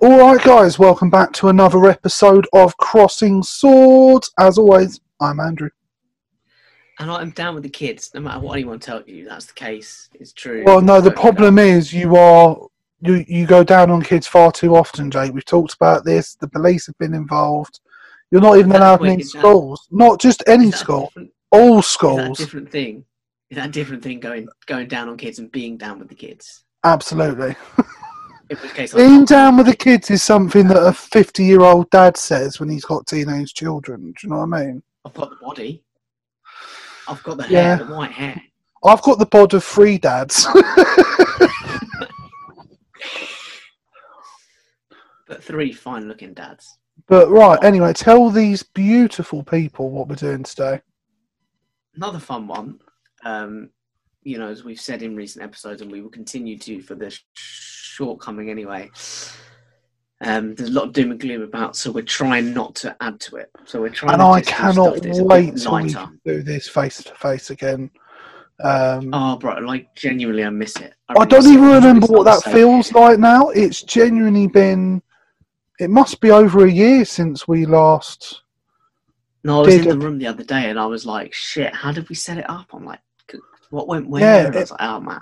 All right, guys, welcome back to another episode of Crossing Swords. As always, I'm Andrew. And I'm down with the kids, no matter what anyone tells you. That's the case. It's true. Well, no, the Totally problem is you are you you go down on kids far too often, Jake. We've talked about this. The police have been involved. You're not even At that allowed point, in is that- schools. Not just done. any Is that a school, different- all Is that a schools. different thing? Is that a different thing going going down on kids and being down with the kids? Absolutely. In which case, I'm Being not. down with the kids is something that a 50 year old dad says when he's got teenage children. Do you know what I mean? I've got the body. I've got the Yeah. hair, the white hair. I've got the bod of three dads. But three fine looking dads. but right, anyway, tell these beautiful people what we're doing today. Another fun one, um, you know, as we've said in recent episodes, and we will continue to for the sh- shortcoming anyway. Um, there's a lot of doom and gloom about, so we're trying not to add to it. So we're trying. and to I just do cannot stuff that's a bit wait till we lighter. can do this face to face again. Um, Oh, bro, like genuinely, Oh, I miss it. I really don't miss it. even It's remember not what that the same. feels like now. It's genuinely been. It must be over a year since we last. No, I was in did the it. room the other day and I was like, shit, how did we set it up? I'm like, "C- what went where? Yeah, And I was like, oh, man.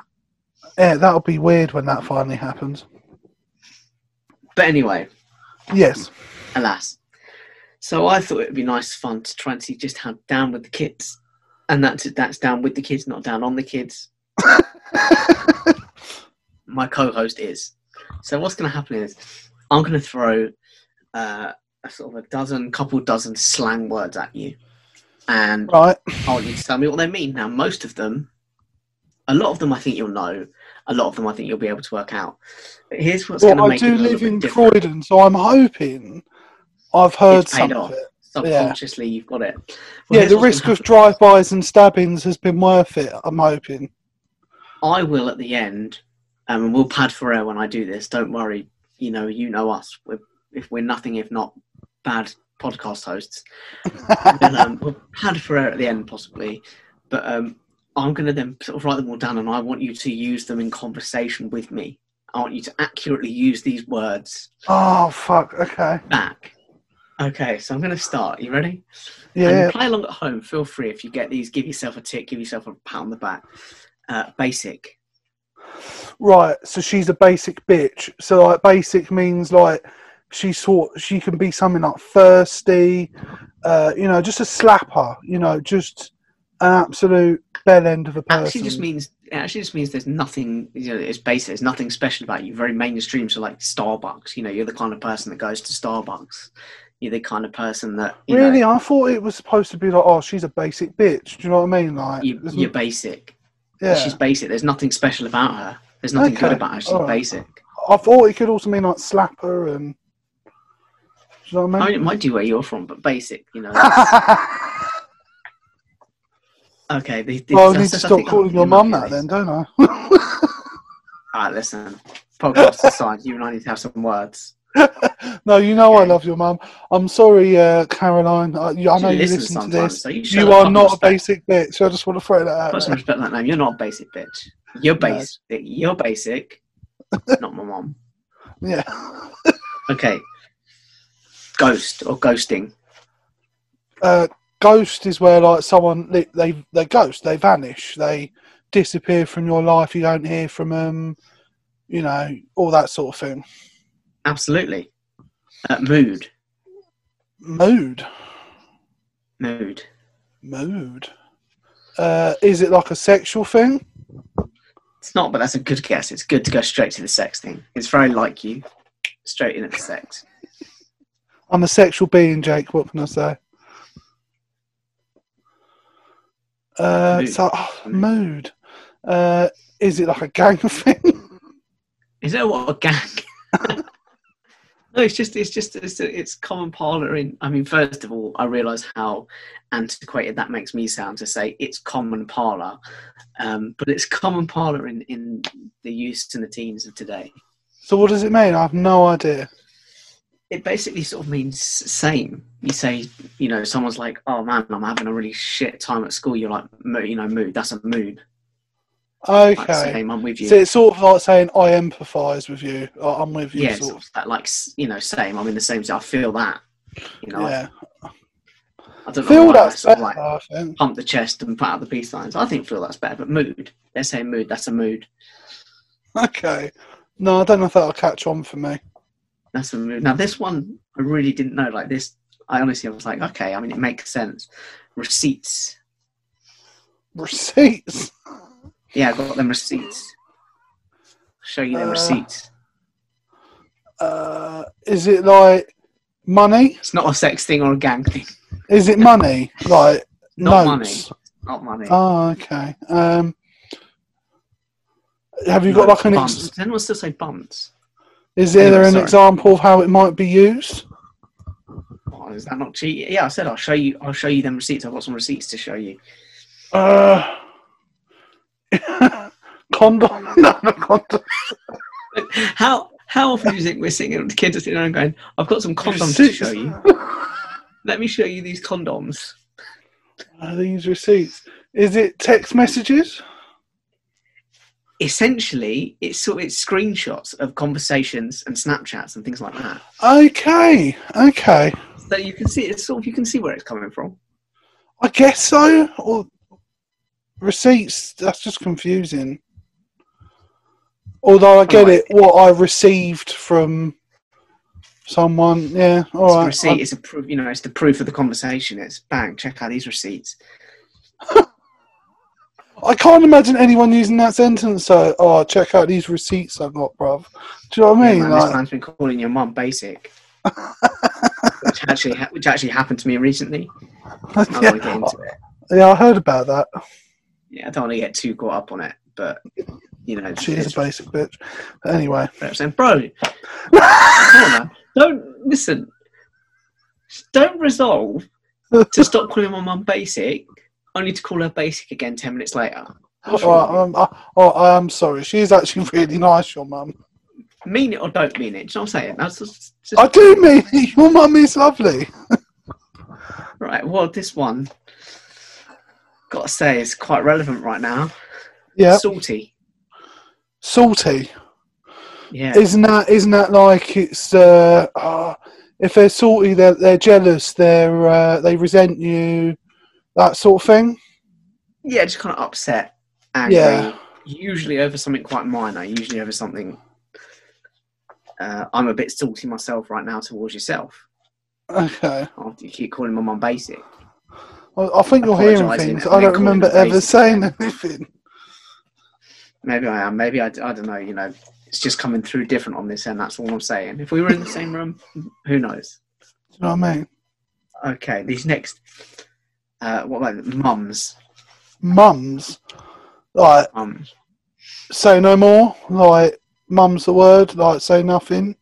Yeah, that'll be weird when that finally happens. But anyway, Yes. alas. So I thought it would be nice fun to try and see just how down with the kids. And that's that's down with the kids, not down on the kids. My co-host is. So what's going to happen is I'm going to throw uh, a sort of a dozen, couple dozen slang words at you, and right. I want you to tell me what they mean. Now, most of them, a lot of them, I think you'll know. A lot of them, I think you'll be able to work out. But here's what's Well, going to I make do it a little live bit in different. Croydon, so I'm hoping I've heard It's paid something. off. Subconsciously, you've got it. Well, Yeah, here's the what's risk gonna of happen. drive-bys and stabbings has been worth it. I'm hoping. I will at the end, um, and we'll pad for air when I do this. Don't worry. You know, you know us. We're, if we're nothing if not bad podcast hosts, then um, we'll pad for air at the end possibly. But um, I'm going to then sort of write them all down, and I want you to use them in conversation with me. I want you to accurately use these words Oh fuck. Okay. back. Okay, so I'm going to start. You ready? Yeah. And play along at home. Feel free if you get these. Give yourself a tick. Give yourself a pat on the back. Uh, basic. Right, so she's a basic bitch. So like basic means like she sort she can be something like thirsty, uh, you know, just a slapper, you know, just an absolute bell end of a person. actually just means it actually just means there's nothing you know it's basic there's nothing special about you very mainstream so like starbucks you know you're the kind of person that goes to starbucks you're the kind of person that you really, know I thought it was supposed to be like, oh, she's a basic bitch. Do you know what I mean? Like, you, there's n- you're basic yeah. she's basic there's nothing special about her there's nothing Okay, good about her she's alright. basic I thought it could also mean like slapper and. Do you know what I I mean, mean? it might do where you're from but basic you know okay the, the, well, I that's- need to that's- I stop think- calling your you might mum be that right. then, don't I? all right listen podcast aside you and i need to have some words No, you know I Okay. love your mum. I'm sorry, uh, Caroline. I, you- I know She you listens listen to sometimes, this. so you, show You the are fucking not a respect. basic bitch. I just want to throw that out. Put some there. respect on that name. You're not basic, bitch. You're No. basic. You're basic. not my mom. Yeah. Okay. Ghost or ghosting. Uh, ghost is where like someone li- they they ghost, they vanish, they disappear from your life. You don't hear from them. You know all that sort of thing. Absolutely. Uh, mood. Mood, Mood. mood. Uh, is it like a sexual thing? It's not, but that's a good guess. It's good to go straight to the sex thing. It's very like you. Straight in at the sex. I'm a sexual being, Jake. What can I say? Uh, Mood. So, oh, mood. Uh, is it like a gang thing? Is that what a gag? no, it's just it's just it's, it's common parlor in I mean, first of all, I realise how antiquated that makes me sound to say it's common parlor. Um, but it's common parlor in, in the youths and the teens of today. so, what does it mean? I have no idea. It basically sort of means same. You say, you know, someone's like, "Oh man, I'm having a really shit time at school." You're like, "Mo- "You know, mood. That's a mood." Like, Okay. same, I'm with you. So it's sort of like saying I empathise with you. Or, I'm with you. yeah, sort sort of that, like s- you know, same. I'm in the same. I feel that. You of. know, yeah. I, I don't know. Feel why I that's sort better. of like I think. pump the chest and put out the peace signs. I think feel that's better. But mood, they're saying mood. That's a mood. Okay. No, I don't know if that'll catch on for me. That's a mood. Now this one, I really didn't know. Like this, I honestly I was like, okay. I mean, it makes sense. Receipts. Receipts. Yeah, I got them receipts. Show you them Uh. receipts. Uh, is it like money? It's not a sex thing or a gang thing. Is it money? Like Not notes? Not money. Oh, okay. Um, have you got like an? bumps. Ex- Does anyone still say bumps? is there Anyway, an sorry. example of how it might be used? Oh, is that not cheating? Yeah, I said I'll show you. I'll show you them receipts. I've got some receipts to show you. Uh, condom. No, not condom. how how often do you think we're sitting the kids are sitting around going, "I've got some condoms to Receipts. show you. Let me show you these condoms." Are Uh, these receipts? Is it text messages? Essentially, it's sort of it's screenshots of conversations and Snapchats and things like that. Okay, okay. So you can see it's sort of you can see where it's coming from. I guess so. Or receipts. That's just confusing. Although I get Alright. it, what I received from someone. Yeah, It's all a right. receipt. It's a proof. You know, it's the proof of the conversation. It's bang. Check out these receipts. I, I can't imagine anyone using that sentence. So, oh, check out these receipts I got, bruv. Do you know what I Yeah, mean? man, this like, man's been calling your mum basic, which actually ha- which actually happened to me recently. I don't want to get yeah, into it. yeah, I heard about that. Yeah, I don't want to get too caught up on it, but you know, it's, She is it's a basic bitch. But anyway, I'm saying, bro, come on, man. don't listen. Don't resolve to stop calling my mum basic, only to call her basic again ten minutes later. What's all right, wrong I'm, I, oh, I am sorry. She is actually really nice, your mum. with you? mean it or don't mean it. Do you know what I'm saying? That's just, just- I do mean it. Your mum is lovely. Right. Well, this one, gotta say, is quite relevant right now. Yeah, Salty. salty. Yeah. Isn't that isn't that like it's uh, ah, if they're salty they're they're jealous they're uh, they resent you that sort of thing. yeah, just kind of upset, angry. Yeah. Usually over something quite minor. Usually over something. Uh, I'm a bit salty myself right now towards yourself. Okay, After you keep calling my mum basic. I, I think you're hearing Apologising things. I and then don't calling remember them ever racist. saying anything. Maybe I am. Maybe I, I don't know. You know, it's just coming through different on this end. That's all I'm saying. If we were in the same room, who knows? Do you know what I mean? Okay, these next. Uh, what about mums? Mums, like Um, say no more. Like mum's the word. Like say nothing.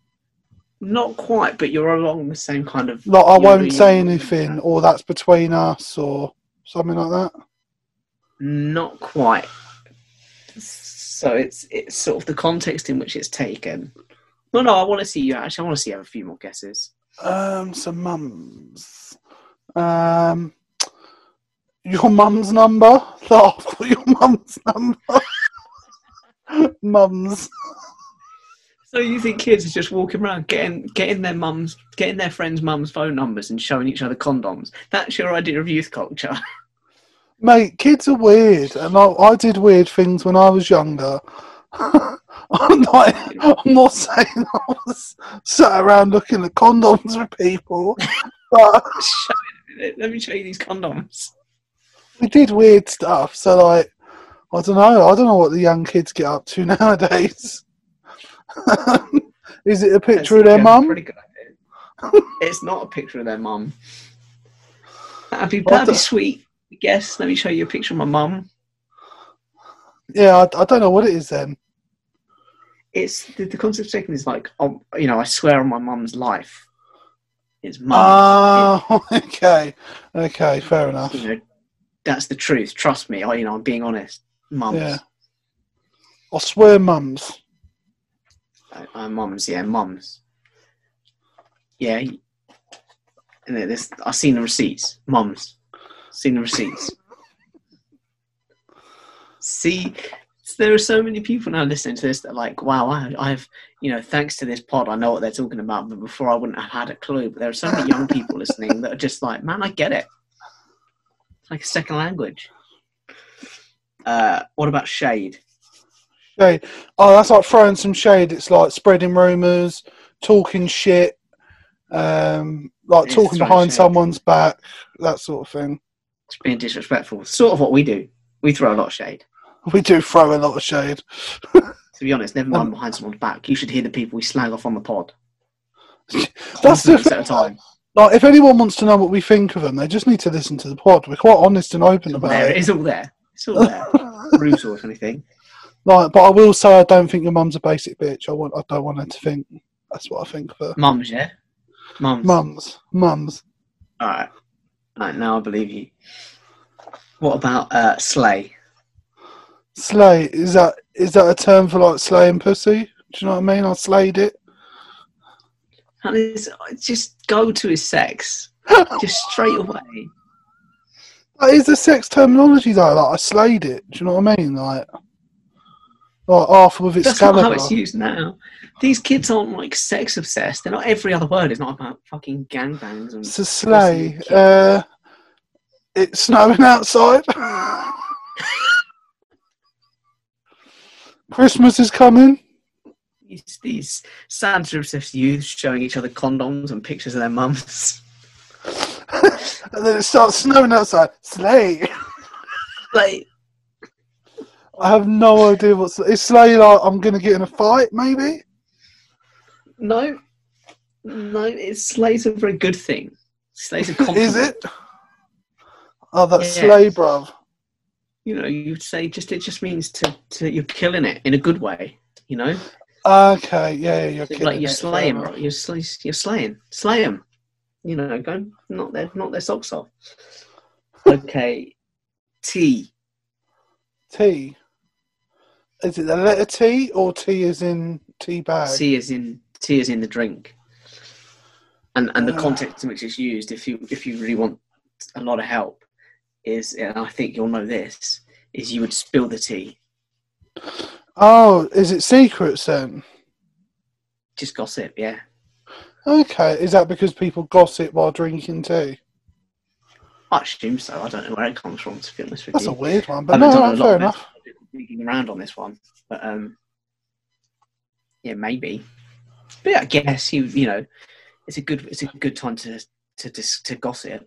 not quite, but you're along the same kind of. Like I you're won't doing- say anything, or that's between us, or something like that. Not quite. So it's it's sort of the context in which it's taken. No, no, I want to see you. Actually, I want to see you have a few more guesses. Um, so mums. Um, your mum's number. Oh, your mum's number. mums. So you think kids are just walking around getting getting their mums, getting their friends' mums' phone numbers and showing each other condoms? That's your idea of youth culture. Mate, kids are weird, and I, I did weird things when I was younger. I'm not. I'm not saying I was sat around looking at condoms with people, but Let me show you these condoms. we did weird stuff. So like, I don't know. I don't know what the young kids get up to nowadays. Is it a That's picture of their a mum? pretty good idea. it's not a picture of their mum. That'd be, that'd be the- sweet. I guess. Let me show you a picture of my mum. Yeah, I, I don't know what it is then. It's the, the concept of taking is like, um, you know, I swear on my mum's life. It's mum. Ah, okay, okay, fair enough. you know, that's the truth. Trust me. I, you know, I'm being honest. Mums. Yeah. I swear, mums. Uh, uh, mums, yeah, mums. Yeah. And then this, I've seen the receipts. Mums. Seen the receipts. see, there are so many people now listening to this that are like, wow, I, I've, you know, thanks to this pod, I know what they're talking about. But before I wouldn't have had a clue. But there are so many young people listening that are just like, man, I get it. It's like a second language. Uh, what about shade? Shade. Oh, that's like throwing some shade. It's like spreading rumours, talking shit, um, like It's talking throwing behind shade. someone's back, that sort of thing. It's being disrespectful. Sort of what we do. We throw a lot of shade. We do throw a lot of shade. To be honest, never Um, mind behind someone's back. You should hear the people we slag off on the pod. That's the Hundreds at a time. Like, if anyone wants to know what we think of them, they just need to listen to the pod. We're quite honest and open about There, it. it's all there. It's all there. Brutal, if anything. Like, but I will say, I don't think your mum's a basic bitch. I want, I don't want her to think. That's what I think of her. Mums, yeah? Mums. Mums, mums. All right. All right, now I believe you. What about uh, Slay? Slay is that is that a term for like slaying pussy? Do you know what I mean? I slayed it. That is, uh, just go to his sex. Just straight away. That is the sex terminology though. Like I slayed it. Do you know what I mean? Like, like half of it's That's not how Excalibur. it's used now. These kids aren't like sex obsessed. They're not every other word is not about fucking gangbangs and It's a sleigh. Uh, it's snowing outside. Christmas is coming. these, these Santa obsessed youths showing each other condoms and pictures of their mums. And then it starts snowing outside. Sleigh. like, I have no idea what's. Is sleigh like I'm going to get in a fight, maybe? no, no, it's Slay's a very good thing. Slay's a compliment. Is it? Oh, that's Yeah. sleigh, bruv. you know, you'd say just it just means to, to you're killing it in a good way, you know, Okay, yeah, yeah you're So, kidding. like you're it, slaying, fair enough. right? You're slay, you're slaying, slay them, you know, go knock their knock their socks off. Okay, T T. Is it the letter T or T is in tea bag? T is in T is in the drink, and and the Ah. context in which it's used. If you if you really want a lot of help, is and I think you'll know this is you would spill the tea, Oh, is it secrets then? just gossip, yeah. Okay, is that because people gossip while drinking tea? I assume so. I don't know where it comes from, to be honest with That's you. a weird one, but I've no, done a no, lot fair of enough. digging around on this one, but um, yeah, maybe. But yeah, I guess you you know, it's a good it's a good time to to dis- to gossip.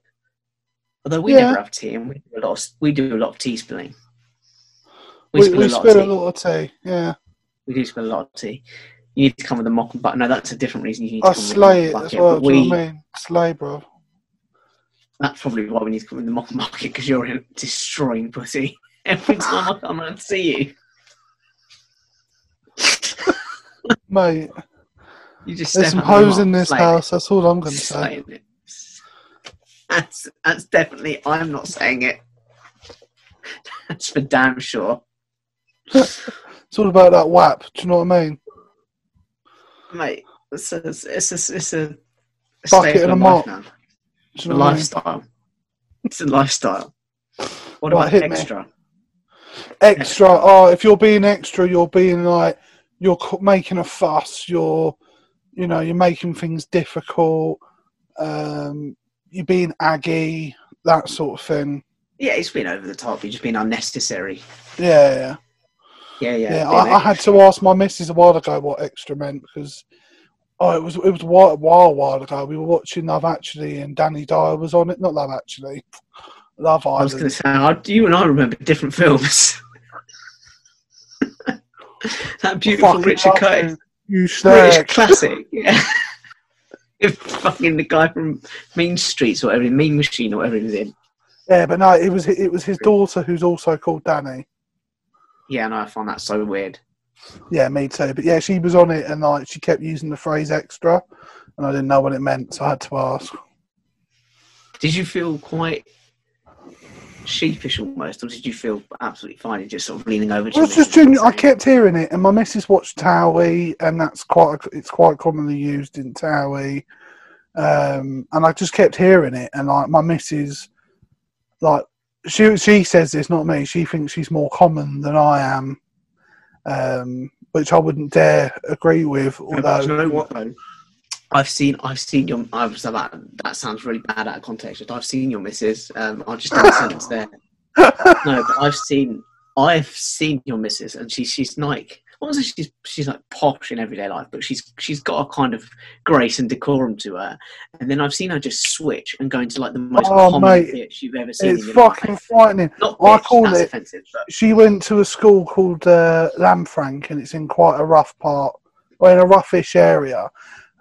Although we Yeah. never have tea, and we do a lot of, we do a lot of tea spilling. We, We, spill we a lot spill of a tea. lot of tea. Yeah, We do spill a lot of tea. You need to come with a mock bucket. No, that's a different reason. You need to I come slay with it a mock as bucket. well. but Do you we, know what I mean? Slay, bro. that's probably why we need to come with the mock bucket because you're in destroying pussy every time I come around to see you. Mate, You just there's step some out of the hoes in mark, this slay it. house. That's all I'm going to say. saying it. That's that's definitely I'm not saying it. That's for damn sure. It's all about that whap. Do you know what I mean? Mate, it's a it's a, it's a Bucket staple and a of mop. life now. Do It's you a know what I mean? lifestyle. It's a lifestyle. Right, What about hit me. extra? Extra. Oh, if you're being extra, you're being like you're c- making a fuss. You're, you know, you're making things difficult. Um, you're being aggy. That sort of thing. Yeah, it's been over the top. You've just been unnecessary. Yeah, yeah. Yeah, yeah. Yeah, being I, I had extra. to ask my missus a while ago what extra meant because oh, it was it was a while, while while ago. We were watching Love Actually, and Danny Dyer was on it. Not Love Actually, Love I was going to Island. say, I, you and I remember different films. that beautiful Fucking Richard love Curtis You British slag. classic. Yeah. if fucking the guy from Mean Streets or whatever, Mean Machine or whatever he was in. Yeah, but no, it was it was his daughter who's also called Danny. Yeah, and I find that so weird. Yeah, me too. But yeah, she was on it, and like she kept using the phrase extra, and I didn't know what it meant, so I had to ask. Did you feel quite sheepish almost, or did you feel absolutely fine and just sort of leaning over? to Well, it's him just genuine. I and saying, kept hearing it, and my missus watched Towie, and that's quite it's quite commonly used in Towie. Um, and I just kept hearing it, and like my missus, like she she says this, not me. She thinks she's more common than I am, um, which I wouldn't dare agree with. Do you Although, know what though? I've seen, I've seen your. I was about. That sounds really bad out of context. But I've seen your missus. Um, I just did a sentence there. No, but I've seen, I've seen your missus, and she, she's like, I wouldn't say she's, she's like posh in everyday life, but she's, she's got a kind of grace and decorum to her. And then I've seen her just switch and go into like the most Oh, common mate, bitch you've ever seen. it's in your life. fucking frightening. Not I bitch, call that's it- offensive. But She went to a school called uh, Lamfranc, and it's in quite a rough part, or in a roughish area.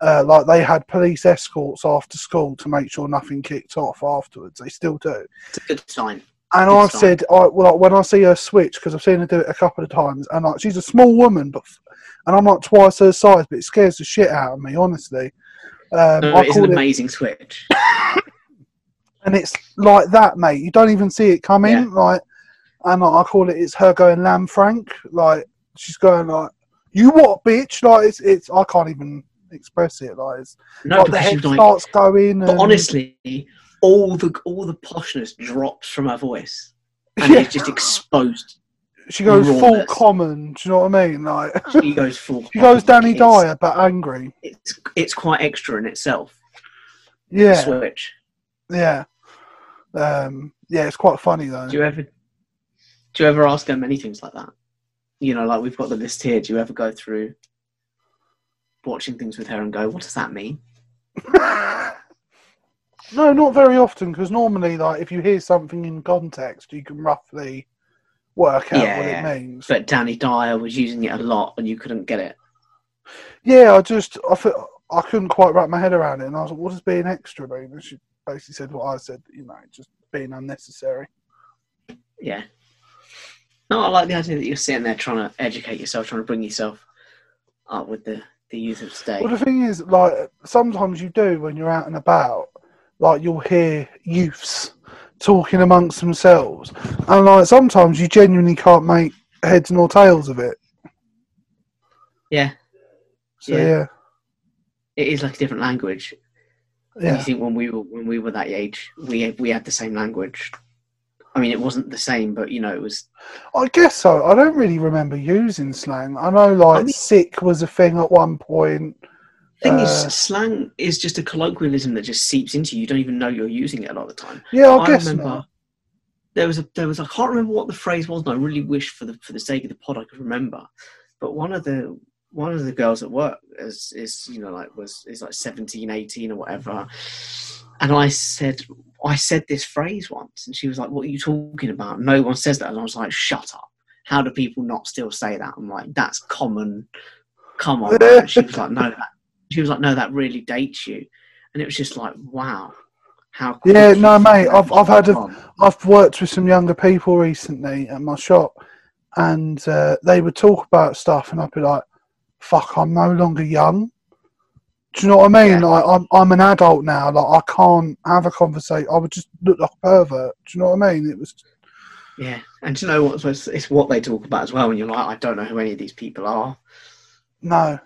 Uh, like they had police escorts after school to make sure nothing kicked off afterwards. They still do. it's a good sign. And Good I've sign. said, I, well, like, when I see her switch, because I've seen her do it a couple of times, and like she's a small woman, but f- and I'm like twice her size, but it scares the shit out of me, honestly. Um, No, I it is an call it, amazing switch. and it's like that, mate. You don't even see it coming, Yeah. like. And like, I call it, it's her going lamb frank, like she's going like, you what, bitch? Like it's, it's I can't even express it, like it's No, like the because head she's like, starts going. But and- honestly, all the all the poshness drops from her voice, and yeah, it's just exposed. she goes full rawness. common. Do you know what I mean? Like She goes full. she goes Danny Danny Dyer, but angry. It's it's quite extra in itself. the Yeah. Switch. Yeah. Um, yeah, it's quite funny though. Do you ever do you ever ask her many things like that? You know, like we've got the list here. Do you ever go through watching things with her and go, "What does that mean?" no, not very often because normally, like, if you hear something in context, you can roughly work out what Yeah. it means. But Danny Dyer was using it a lot, and you couldn't get it. Yeah, I just I felt I couldn't quite wrap my head around it, and I was like, "What does being extra mean?" And she basically said what I said, you know, just being unnecessary. Yeah. No, I like the idea that you're sitting there trying to educate yourself, trying to bring yourself up with the, the youth of today. Well, the thing is, like, sometimes you do when you're out and about, like, you'll hear youths talking amongst themselves. And, like, sometimes you genuinely can't make heads nor tails of it. Yeah, So, Yeah. yeah. it is like a different language. Yeah. You think when we were when we were that age, we we had the same language. I mean, it wasn't the same, but you know, it was. I guess so. I don't really remember using slang. I know, like, mean- sick was a thing at one point. Thing Uh, is, slang is just a colloquialism that just seeps into you. You don't even know you're using it a lot of the time. Yeah, I, guess not. there was a there was I can't remember what the phrase was, and I really wish for the for the sake of the pod I could remember. But one of the one of the girls at work is is you know like was is like 17, 18 or whatever, and I said I said this phrase once, and she was like, "What are you talking about? No one says that." And I was like, "Shut up! How do people not still say that?" I'm like, "That's common. Come on." man." she was like, "No, that." She was like, "No, that really dates you," and it was just like, "Wow." How quick Yeah, you no, think mate, that I've- was I've had a- gone. I've worked with some younger people recently at my shop, and uh, they would talk about stuff, and I'd be like, "Fuck, I'm no longer young." Do you know what I mean? Yeah. Like, I'm I'm an adult now. Like, I can't have a conversation. I would just look like a pervert. Do you know what I mean? It was Yeah, and do you know what? It's, it's what they talk about as well. And you're like, I don't know who any of these people are. no.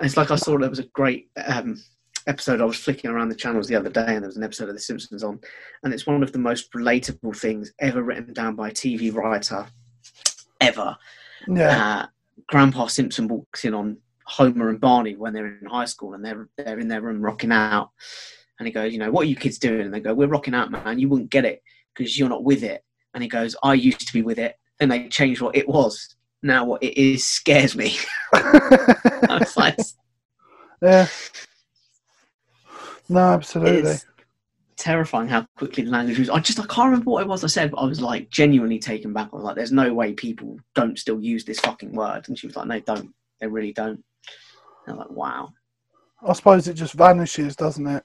And it's like I saw there was a great um, episode. I was flicking around the channels the other day, and there was an episode of The Simpsons on, and it's one of the most relatable things ever written down by a TV writer ever. Yeah, Uh, Grandpa Simpson walks in on Homer and Barney when they're in high school, and they're they're in their room rocking out, and he goes, you know, what are you kids doing? And they go, we're rocking out, man. You wouldn't get it because you're not with it. And he goes, I used to be with it. Then they changed what it was. Now what it is scares me. I was like, yeah. No, absolutely. it's terrifying how quickly the language was. I just I can't remember what it was I said, but I was like genuinely taken back. I was like, there's no way people don't still use this fucking word. And she was like, no, don't. They really don't. And I'm like, wow. I suppose it just vanishes, doesn't it?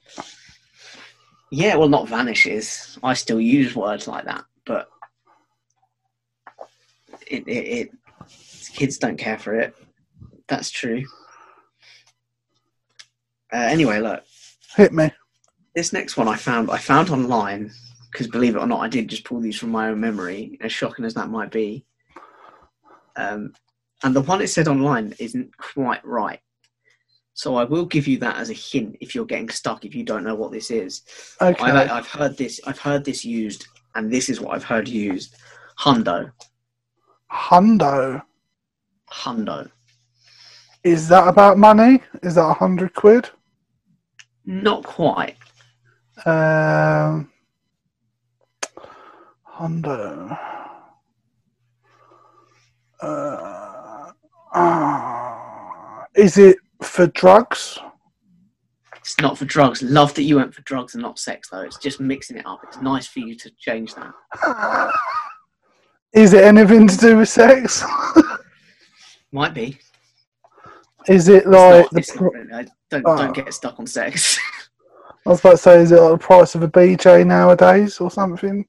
Yeah, well, not vanishes. I still use words like that, but it, it, it kids don't care for it. That's true. Uh, anyway, look, Hit me. this next one I found I found online because believe it or not, I did just pull these from my own memory. As shocking as that might be, um, and the one it said online isn't quite right. So I will give you that as a hint if you're getting stuck if you don't know what this is. Okay. I've, I've heard this. I've heard this used, and this is what I've heard used. Hundo. Hundo. hundo. Is that about money? Is that a hundred quid? Not quite. Um, Hondo. Uh, ah, is it for drugs? It's not for drugs. Love that you went for drugs and not sex, though. It's just mixing it up. It's nice for you to change that. Is it anything to do with sex? Might be. Is it It's like not- the? it's Pro- not really- I don't, Oh. don't get stuck on sex. I was about to say, is it like the price of a BJ nowadays or something?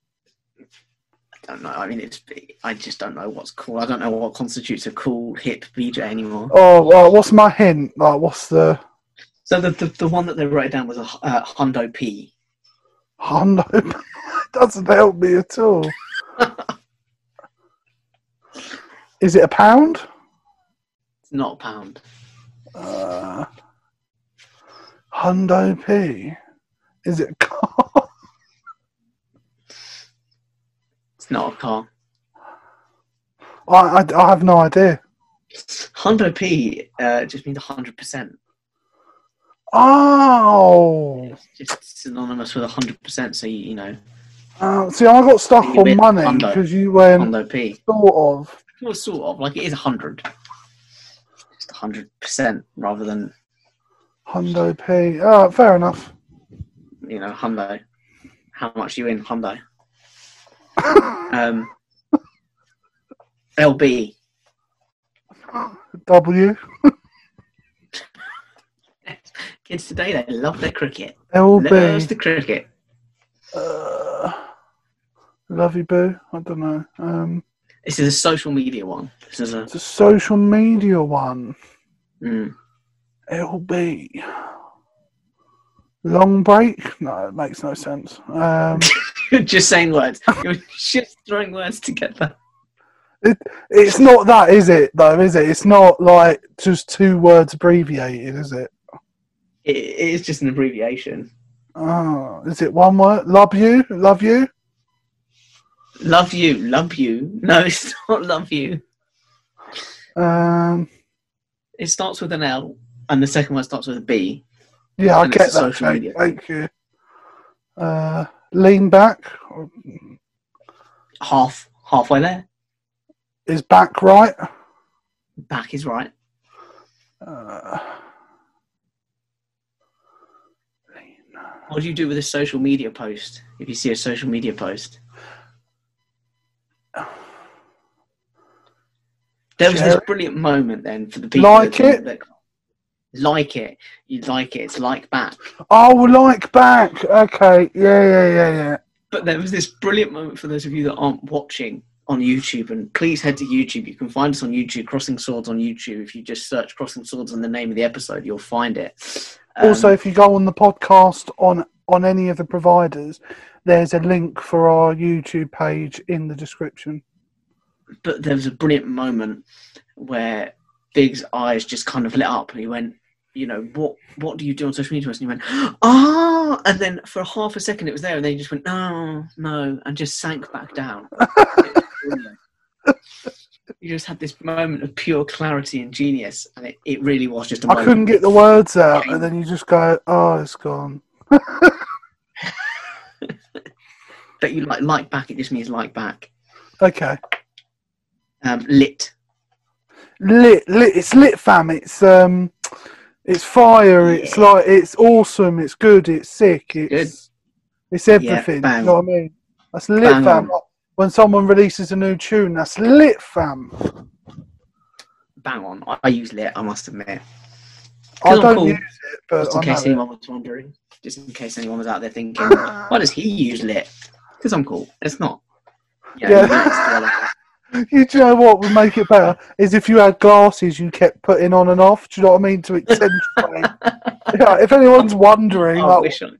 I don't know. I mean, it's. I just don't know what's cool. I don't know what constitutes a cool hip BJ anymore. Oh, well, what's my hint? Like, what's the So the, the, the one that they wrote down was a h- uh, Hondo P. Hondo? Doesn't help me at all. is it a pound? It's not a pound. Uh, Hundo P. Is it a car? It's not a car. I, I, I have no idea. Hondo P uh, just means 100%. Oh, It's just synonymous with 100%. So, you, you know, uh, see, I got stuck You on meant money Hundo. because you went Hondo P. sort of. Well, sort of. Like, it is 100. Just 100% rather than, Hundo P. Oh, fair enough. you know, Hondo. How much you in, Hondo? Um, LB. W. Kids today, they love their cricket. Loves LB. the cricket. Uh, love you, boo. I don't know. Um, This is a social media one. This is a. it's a social media one. Mm. LB. Long break? No, it makes no sense. Um, just saying words. You're just throwing words together. it's not that, is it? Though, is it? It's not like just two words abbreviated, is it? It, it is just an abbreviation. Oh, is it one word? Love you, love you. Love you, love you. No, it's not love you. Um, It starts with an L, and the second one starts with a B. yeah, I And it's get a that. social Jake, media. Thank you. Uh, lean back Half, halfway there. is back right. Back is right. Uh, lean. What do you do with a social media post? If you see a social media post, there was Share this it. brilliant moment then for the people Like that- it? that- like it. You like it. It's like back. Oh, like back. Okay. Yeah, yeah, yeah, yeah. But there was this brilliant moment for those of you that aren't watching on YouTube, and please head to YouTube. You can find us on YouTube, Crossing Swords on YouTube. If you just search Crossing Swords and the name of the episode, you'll find it. Um, also, if you go on the podcast on on any of the providers, there's a link for our YouTube page in the description. but there was a brilliant moment where Big's eyes just kind of lit up, and he went, "You know what? What do you do on social media?" And he went, "Ah!" And then for half a second, it was there, and then he just went, "No, no," and just sank back down. It was brilliant. You just had this moment of pure clarity and genius, and it, it really was just a I moment. couldn't get the words out, and then you just go, "Oh, it's gone." But you like like back. It just means like back. Okay. Um, lit. Lit, lit. It's lit, fam. It's um, it's fire. It's Yeah. like it's awesome. It's good. It's sick. It's it's everything. bang. you know what I mean? That's lit, Bang fam. on. Like, When someone releases a new tune, that's lit, fam. Bang on. I, I use lit. I must admit. I Cool, don't cool. use it, but Just in I case know it. anyone was wondering, just in case anyone was out there thinking, Ah. why does he use lit? Because I'm cool. It's not. Yeah. Yeah. you know, it's the other- You do you know what would make it better is if you had glasses you kept putting on and off. Do you know what I mean? To accentuate. yeah, if anyone's wondering, Oh, I like, wish I,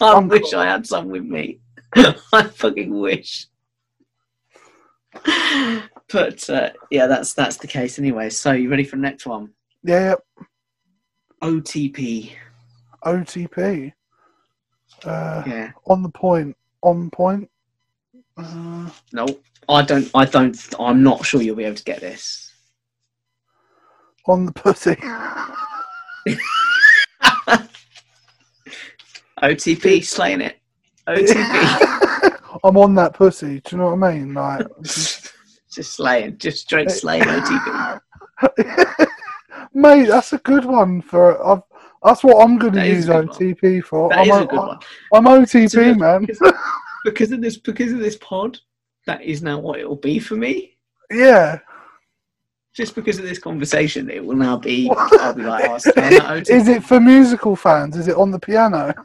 I I'm wish cool. I had some with me. I fucking wish. But uh, yeah, that's that's the case anyway. So you ready for the next one? yeah, yeah, OTP. OTP, uh, Yeah. on the point, on point. Uh, No, I don't. I don't. I'm not sure you'll be able to get this. on the pussy. OTP slaying it. OTP. I'm on that pussy. Do you know what I mean? Like, just slaying. Just straight slaying OTP. mate, that's a good one for. I've, that's what I'm going to That is use a good one. OTP for. That I'm, is O- a good one. I'm It's a OTP, good- man. Because, because of this because of this pod, that is now what it'll be for me. Yeah. Just because of this conversation, it will now be I'll be like, oh, slaying that OTP. Is it for musical fans? Is it on the piano?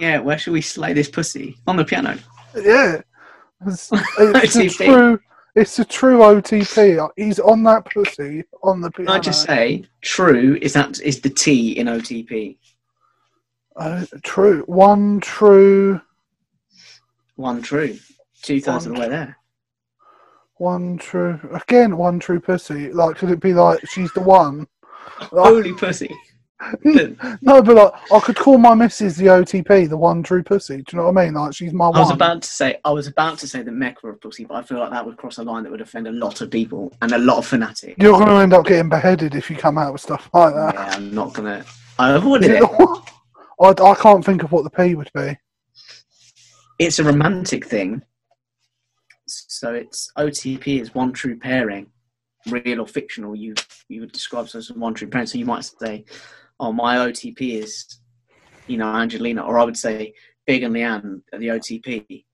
Yeah, where should we slay this pussy? On the piano. Yeah. It's, it's a OTP. true. It's a true OTP. He's on that pussy on the Can piano. I just say, true is that is the T in OTP. Oh, true. One true. One true. Two thirds of the way there. One true. Again, one true pussy. Like, could it be like she's the one? Like, Holy pussy. no, but like, I could call my missus the OTP, the one true pussy. Do you know what I mean? Like, she's my I was one. about to say I was about to say that Mech were a pussy, but I feel like that would cross a line that would offend a lot of people and a lot of fanatics. You're going to end up getting beheaded if you come out with stuff like that. Yeah, I'm not gonna I avoided Is it it. the one? I, I can't think of what the P would be. It's a romantic thing. So it's OTP is one true pairing. Real or fictional, you you would describe us as one true pairing. So you might say, Oh, my OTP is you know, Angelina, or I would say Big and Leanne are the OTP.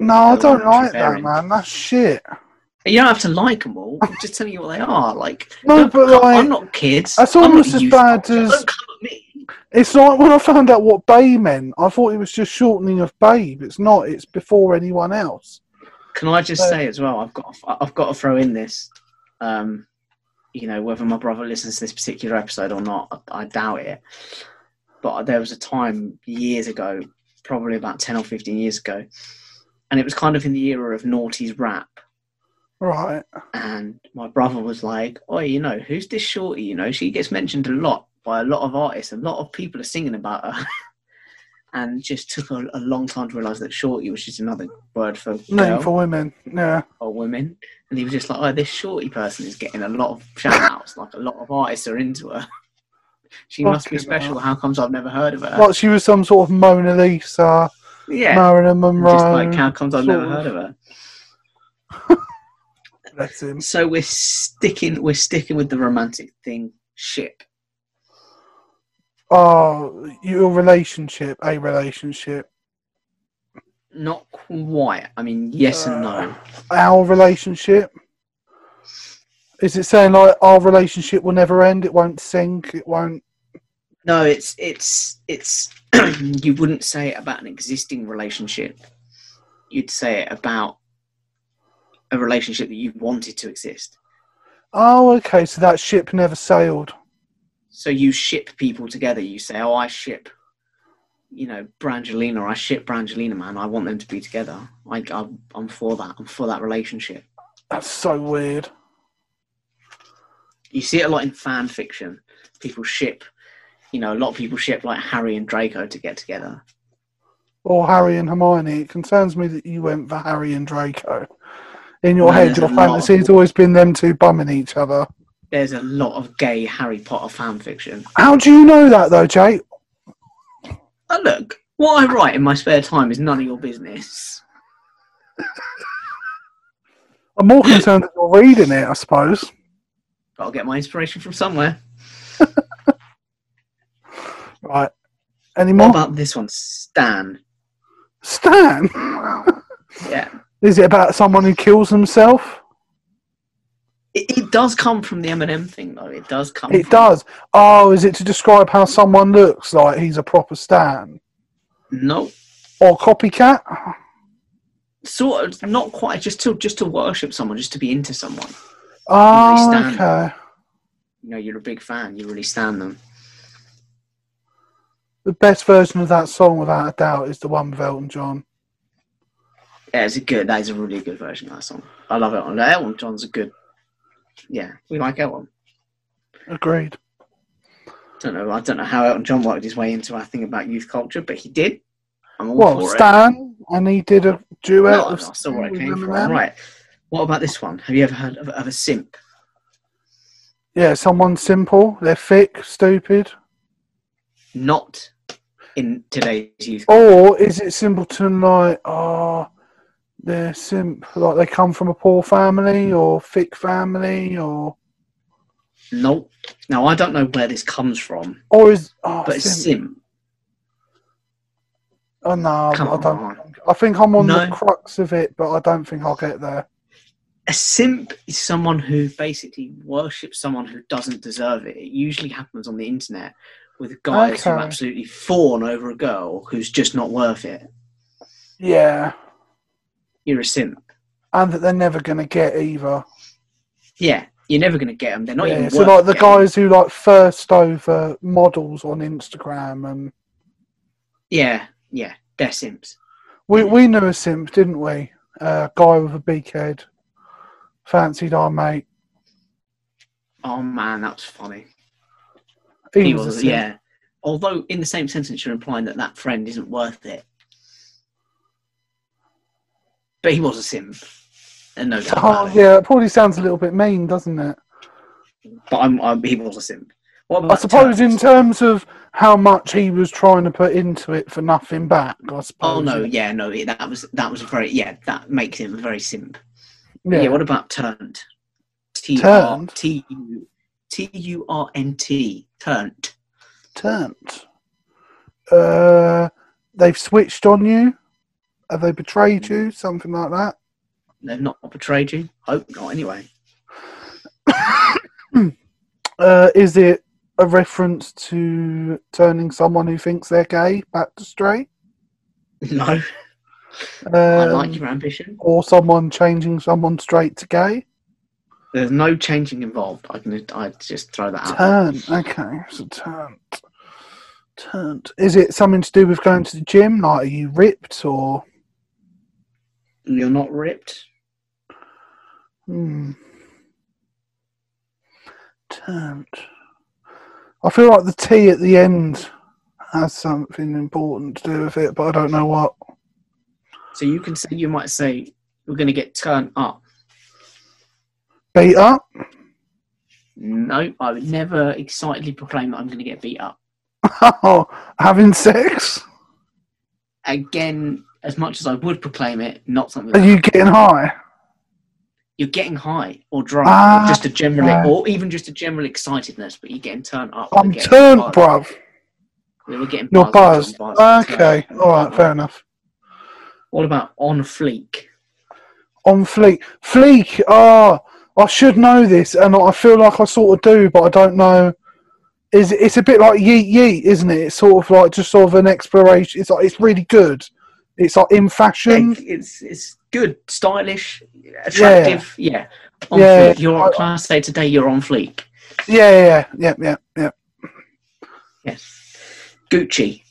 No, I The don't one like true that, pairing. man. That's shit. You don't have to like them all. I'm just telling you what they are. Like, No, don't but, come- like, I'm not kids. that's I'm not almost as youth bad culture. as- Don't come at me. It's like when I found out what Bay meant, I thought it was just shortening of babe. It's not. It's before anyone else. Can I just Uh, say as well? I've got. I've got to throw in this. Um, you know, whether my brother listens to this particular episode or not, I, I doubt it. But there was a time years ago, probably about ten or fifteen years ago, and it was kind of in the era of Naughty's rap. Right. and my brother was like, "Oh, you know, who's this shorty? You know, she gets mentioned a lot by a lot of artists. A lot of people are singing about her." and just took a, a long time to realize that shorty was just another word for Name girl for women. Yeah. or women. And he was just like, "Oh, this shorty person is getting a lot of shout outs. like a lot of artists are into her. She must be Fucking special. How comes I've never heard of her?" Like she was some sort of Mona Lisa, yeah, Marilyn And Monroe. just like how comes I've never sort of. heard of her. Bless him. So we're sticking. We're sticking with the romantic thing. Ship. Oh, your relationship, a relationship, Not quite. I mean, yes and no. our relationship. Is it saying like our relationship will never end? It won't sink. It won't. No, it's it's it's. you wouldn't say it about an existing relationship. You'd say it about a relationship that you wanted to exist. Oh, okay. So that ship never sailed. So you ship people together. You say, "Oh, I ship." You know, Brangelina. I ship Brangelina, man. I want them to be together. I, I, I'm for that. I'm for that relationship. That's so weird. You see it a lot in fan fiction. People ship. You know, a lot of people ship like Harry and Draco to get together. Or Harry and Hermione. It concerns me that you went for Harry and Draco. In your No, head, there's your a lot of- fantasy has always been them two bumming each other. there's a lot of gay Harry Potter fan fiction. How do you know that though, Jake? Oh, look, what I write in my spare time is none of your business. I'm more concerned that you're reading it, I suppose. Gotta get my inspiration from somewhere. Right. Any What more? about this one, Stan? Stan? Yeah, Is it about someone who kills himself? it, it does come from the Eminem thing, though. It does come. It from- does. Oh, is it to describe how someone looks like he's a proper Stan? No, Or copycat? sort of, not quite. Just to just to worship someone, just to be into someone. Oh, Stan. okay. You know, you're a big fan. You really stand them. The best version of that song, without a doubt, is the one with Elton John. Yeah, it's a good. That is a really good version of that song. I love it. Elton John's a good. Yeah, we like Elton. Agreed. don't know. I don't know how Elton John worked his way into our thing about youth culture, but he did. I'm all Well, for Stan, and he did a it. duet. No, I of saw where it with came from. Eminem. Right. What about this one? Have you ever heard of, of a simp? Yeah, someone simple. They're thick, stupid. Not in today's youth. Or is it simpleton like, oh, they're simp, like they come from a poor family or thick family or. Nope. Now I don't know where this comes from, Or is. Oh, but it's simp. simp. Oh, no, Come I don't. on. I think I'm on the No. crux of it, but I don't think I'll get there. a simp is someone who basically worships someone who doesn't deserve it. It usually happens on the internet with guys who Okay. absolutely fawn over a girl who's just not worth it. Yeah. You're a simp. And that they're never going to get either. Yeah, you're never going to get them. They're not Yeah, even so worth like the getting. guys who like first over models on Instagram and Yeah, yeah, they're simps. we Yeah. we knew a simp, didn't we? A guy with a big head, fancied our mate. Oh man, that was funny. He, He was, a was, simp. yeah. Although in the same sentence, you're implying that that friend isn't worth it. But he was a simp, and no doubt. about Oh, it. yeah, it probably sounds a little bit mean, doesn't it? But I'm, I'm, he was a simp. What I about suppose in Turks? terms of how much he was trying to put into it for nothing back, I suppose. Oh no, it- yeah, no, it- that was that was very yeah, that makes him very simp. Yeah, yeah. what about turned? T R Turned? T U T U R N T turned. turned. Uh, they've switched on you. Have they betrayed you? Something like that. They've not betrayed you. Hope not. Anyway, Uh, is it a reference to turning someone who thinks they're gay back to straight? no, Um, I like your ambition. Or someone changing someone straight to gay? There's no changing involved. I can I just throw that out. Turn. Okay, so turned. Turned. Is it something to do with going to the gym? Like, are you ripped or? You're not ripped. Hmm. Turned. I feel like the T at the end has something important to do with it, but I don't know what. So you can say you might say we're going to get turned up. Beat up? No, I would never excitedly proclaim that I'm going to get beat up. Oh, having sex? Again, as much as I would proclaim it, not something. Are you getting high? you're getting high or drunk, Ah, or just a general, right. or even just a general excitedness, but you're getting turned up. I'm We're getting turned, buzzed. bruv. We were getting You're buzzed. we're getting Okay, turned. all right, fair enough. What about on fleek? on Fleek. Fleek, ah, I should know this, and I feel like I sort of do, but I don't know. Is it's a bit like Yeet Yeet, isn't it? It's sort of like just sort of an exploration. It's like it's really good. It's like in fashion. It- It's it's good, stylish, attractive. Yeah, on Yeah. fleek. You're on class day today. You're on fleek. Yeah, yeah, yeah, yeah, yeah. Yes, Gucci.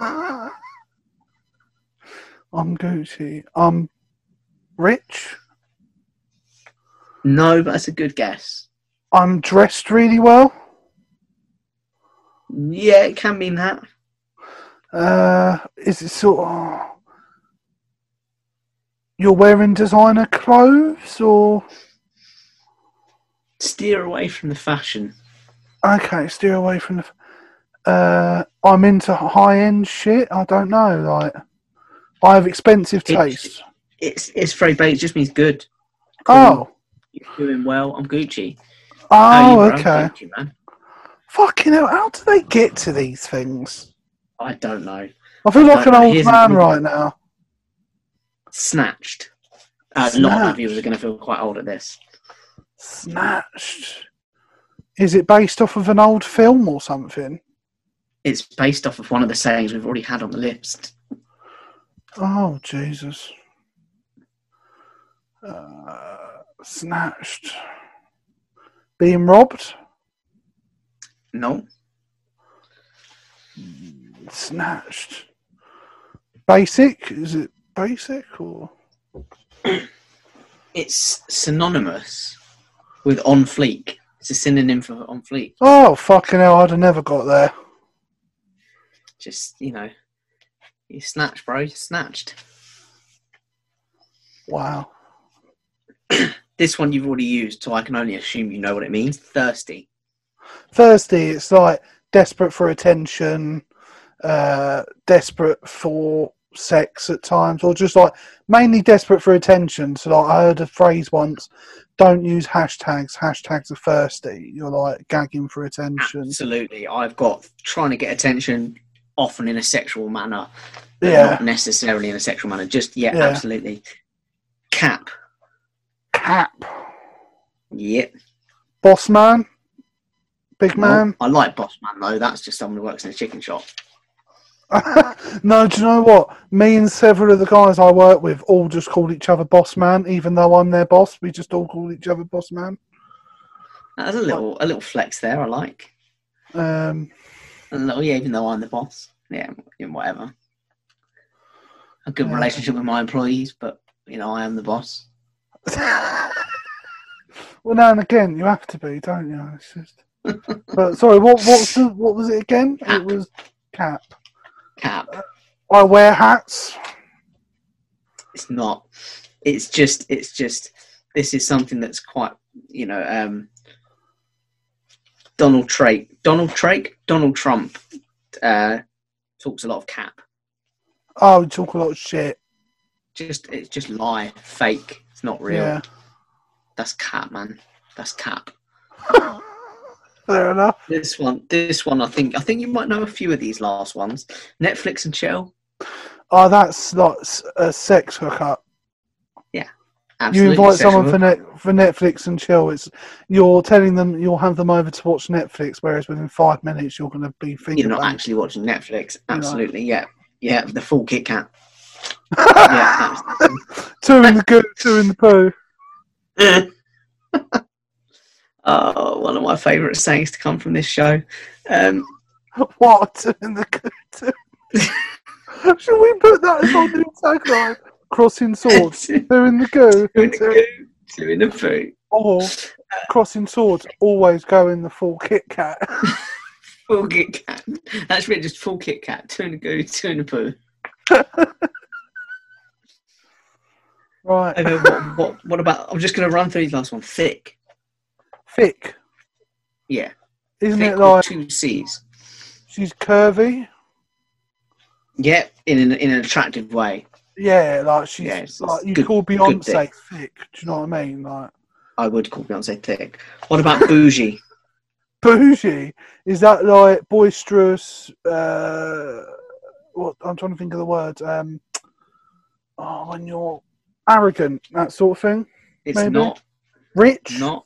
yeah. I'm Gucci. I'm rich. No, but that's a good guess. I'm dressed really well. Yeah, it can mean that. Uh, is it sort of you're wearing designer clothes or? Steer away from the fashion. Okay, steer away from the. f- Uh, I'm into high end shit. I don't know. Like, I have expensive It- taste. It's it's very basic. It just means good. Oh, You're doing well. I'm Gucci. How oh, you, bro? okay. Gucci, man. Fucking hell! How do they get to these things? I don't know. I feel like an No, no, old here's- man right now. Snatched. Uh, A lot of our viewers are going to feel quite old at this. Snatched. Is it based off of an old film or something? It's based off of one of the sayings we've already had on the list. Oh Jesus. Uh, snatched. Being robbed. No, snatched. Basic? Is it basic or it's synonymous with on fleek. It's a synonym for on fleek. oh fucking hell? I'd have never got there. Just you know, you snatched, bro. You snatched. Wow. This one you've already used, so I can only assume you know what it means. Thirsty. Thirsty, it's like desperate for attention, uh, desperate for sex at times, or just like mainly desperate for attention. So like I heard a phrase once: "Don't use hashtags. Hashtags are thirsty. You're like gagging for attention." Absolutely. I've got trying to get attention, often in a sexual manner, but Yeah, not necessarily in a sexual manner. Just yeah, Yeah. absolutely. Cap. cap, Yep. boss man, big man. I like boss man though. That's just someone who works in a chicken shop. no, do you know what? Me and several of the guys I work with all just call each other boss man, even though I'm their boss. We just all call each other boss man. That's a little a little flex there. I like. Um, A little, yeah, even though I'm the boss. Yeah, yeah, whatever. A good Yeah. relationship with my employees, but you know I am the boss. well, now and again, you have to be, don't you? It's just. But sorry, what what's the, what was it again? It was cap. Cap. I wear hats. It's not. It's just. It's just. This is something that's quite. You know. Um, Donald Trake. Donald Trake. Donald Trump. Uh, talks a lot of cap. Oh, we talk a lot of shit. Just. It's just lie. Fake. It's not real. Yeah, That's cap, man. That's cap. fair enough. This one. This one. I think. I think you might know a few of these last ones. Netflix and chill. Oh, that's like s- a sex hookup. Absolutely you invite sexual. someone for net, for Netflix and chill. It's you're telling them you'll have them over to watch Netflix, whereas within five minutes you're going to be thinking You're not about actually watching Netflix. You're not. Absolutely, yeah. Yeah, the full Kit Kat. Yeah, absolutely. two in the good, two in the poo. oh, one of my favourite sayings to come from this show. Um, What two in the good? Two. Should we put that as our new tagline? Crossing swords, two two in the goo, in two- the goo, two in the poo. or crossing swords. Always go in the full Kit Kat. Full Kit Kat. That's really just full Kit Kat. Two in the goo, two in the poo. Right, Okay, what, what, what about? I'm just going to run through the last one. Thick. thick, Yeah. isn't thick it? with Like two C's. she's curvy. Yeah, in an, in an attractive way. Yeah, like she's Yeah, it's- like it's you good- call good Beyonce dick. thick. Do you know what I mean? Like I would call Beyonce thick. What about bougie? bougie is that like boisterous? Uh, what I'm trying to think of the word. Um, oh, when you're arrogant, that sort of thing. It's Maybe. not Rich. not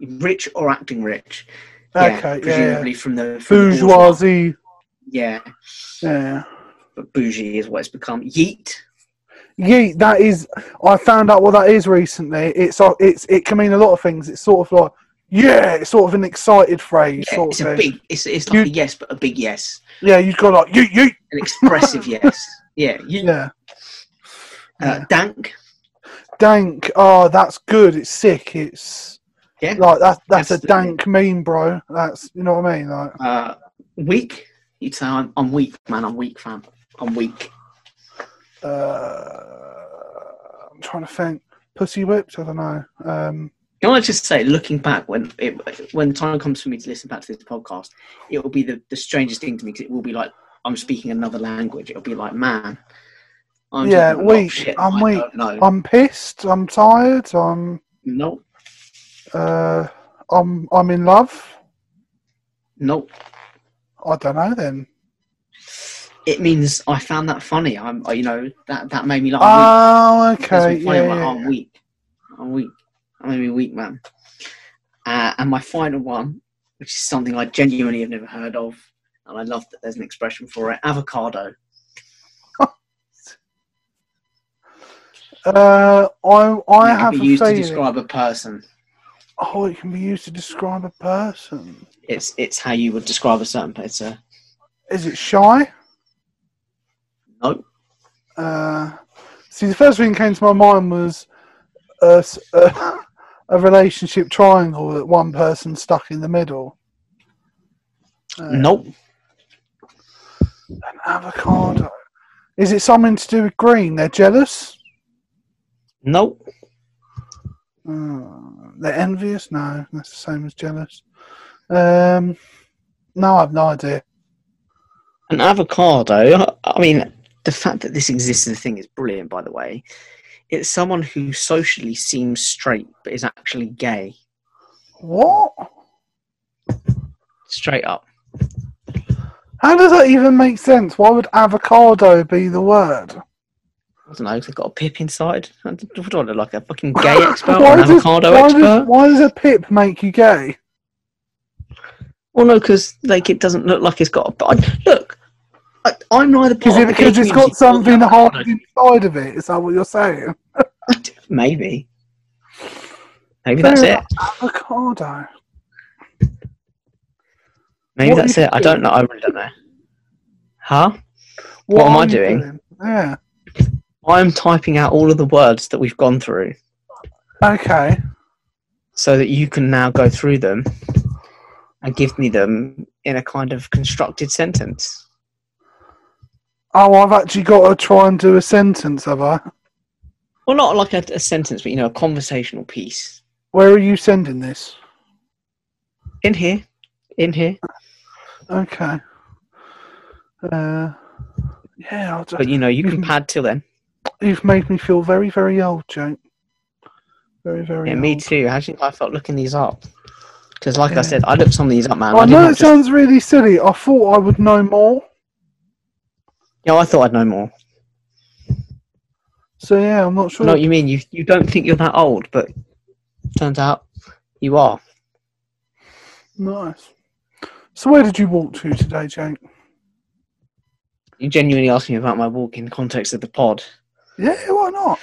rich or acting rich. okay. Yeah. yeah. presumably from the from the bourgeois. Bourgeoisie. Yeah, Yeah. but bougie is what it's become. Yeet. Yeet. That is. I found out what that is recently. It's. uh, It's. It can mean a lot of things. It's sort of like. Yeah. It's sort of an excited phrase. Yeah, sort it's of a thing. big. It's it's like You- a yes, but a big yes, Yeah. You've got like yeet yeet. an expressive yes. Yeah, you Yeah. uh, dank. dank. Oh, that's good. It's sick. It's Yeah. like that. That's Absolutely. a dank meme, bro. That's you know what I mean. Like Uh, weak. You'd say I'm, I'm weak, man. I'm weak, fam. I'm weak. uh, I'm trying to think. Pussy whipped. I don't know. Um, Can I just say, looking back, when it, when the time comes for me to listen back to this podcast, it will be the, the strangest thing to me because it will be like I'm speaking another language. It'll be like, man, I'm Yeah, talking a lot of weak. shit I'm I weak. don't know. I'm pissed. I'm tired. I'm Nope, uh, I'm I'm in love. nope. I don't know. Then It means I found that funny. I'm, you know, that that made me laugh. I'm weak. oh, That's okay. me Yeah, funny. I'm, like, yeah, I'm weak. I'm weak. I'm gonna be weak, man. Uh, and my final one, which is something I genuinely have never heard of, and I love that there's an expression for it: avocado. yeah. Uh, I I it have can a be used to feeling. describe a person. Oh, it can be used to describe a person. It's it's how you would describe a certain person. Is it shy? No, Uh, see, the first thing that came to my mind was a, s- a- a relationship triangle that one person stuck in the middle. Uh, nope. An avocado. Is it something to do with green? They're jealous? Nope. Uh, they're envious? No, that's the same as jealous. Um, no, I've no idea. An avocado. I mean, the fact that this exists as a thing is brilliant. By the way, it's someone who socially seems straight but is actually gay. What? Straight up. How does that even make sense? Why would avocado be the word? I don't know. They've got a pip inside. What do I look like? A fucking gay expert Why or an does- avocado why expert? Does, why does a pip make you gay? Well, no, because like it doesn't look like it's got. A, but I- look, I, I'm neither Is part it of the gay because it's got community nor the something hard avocado. inside of it? Is that what you're saying? Maybe. Maybe Fair that's it. enough. Avocado. Maybe What are that's you it. I don't know. I really don't know. Huh? What, am are I you doing? Yeah. I'm typing out all of the words that we've gone through Okay. so that you can now go through them and give me them in a kind of constructed sentence. Oh, I've actually got to try and do a sentence, have I? Well, not like a, a sentence, but you know, a conversational piece. Where are you sending this? In here, in here. Okay. Uh, yeah, I'll ju- But you know, you can pad till then. you've made me feel very, very old, Jake. Very, very Yeah, old. me too. How do you think I felt looking these up? Because, like Yeah. Oh, I said, I looked some of these up, man. I did know it not just- sounds really silly. I thought I would know more. Yeah, I thought I'd know more. So, yeah, I'm not I sure. know what you mean. You you don't think you're that old, but turns out you are. Nice. So, where did you walk to today, Jake? You genuinely asked me about my walk in the context of the pod. Yeah, why not?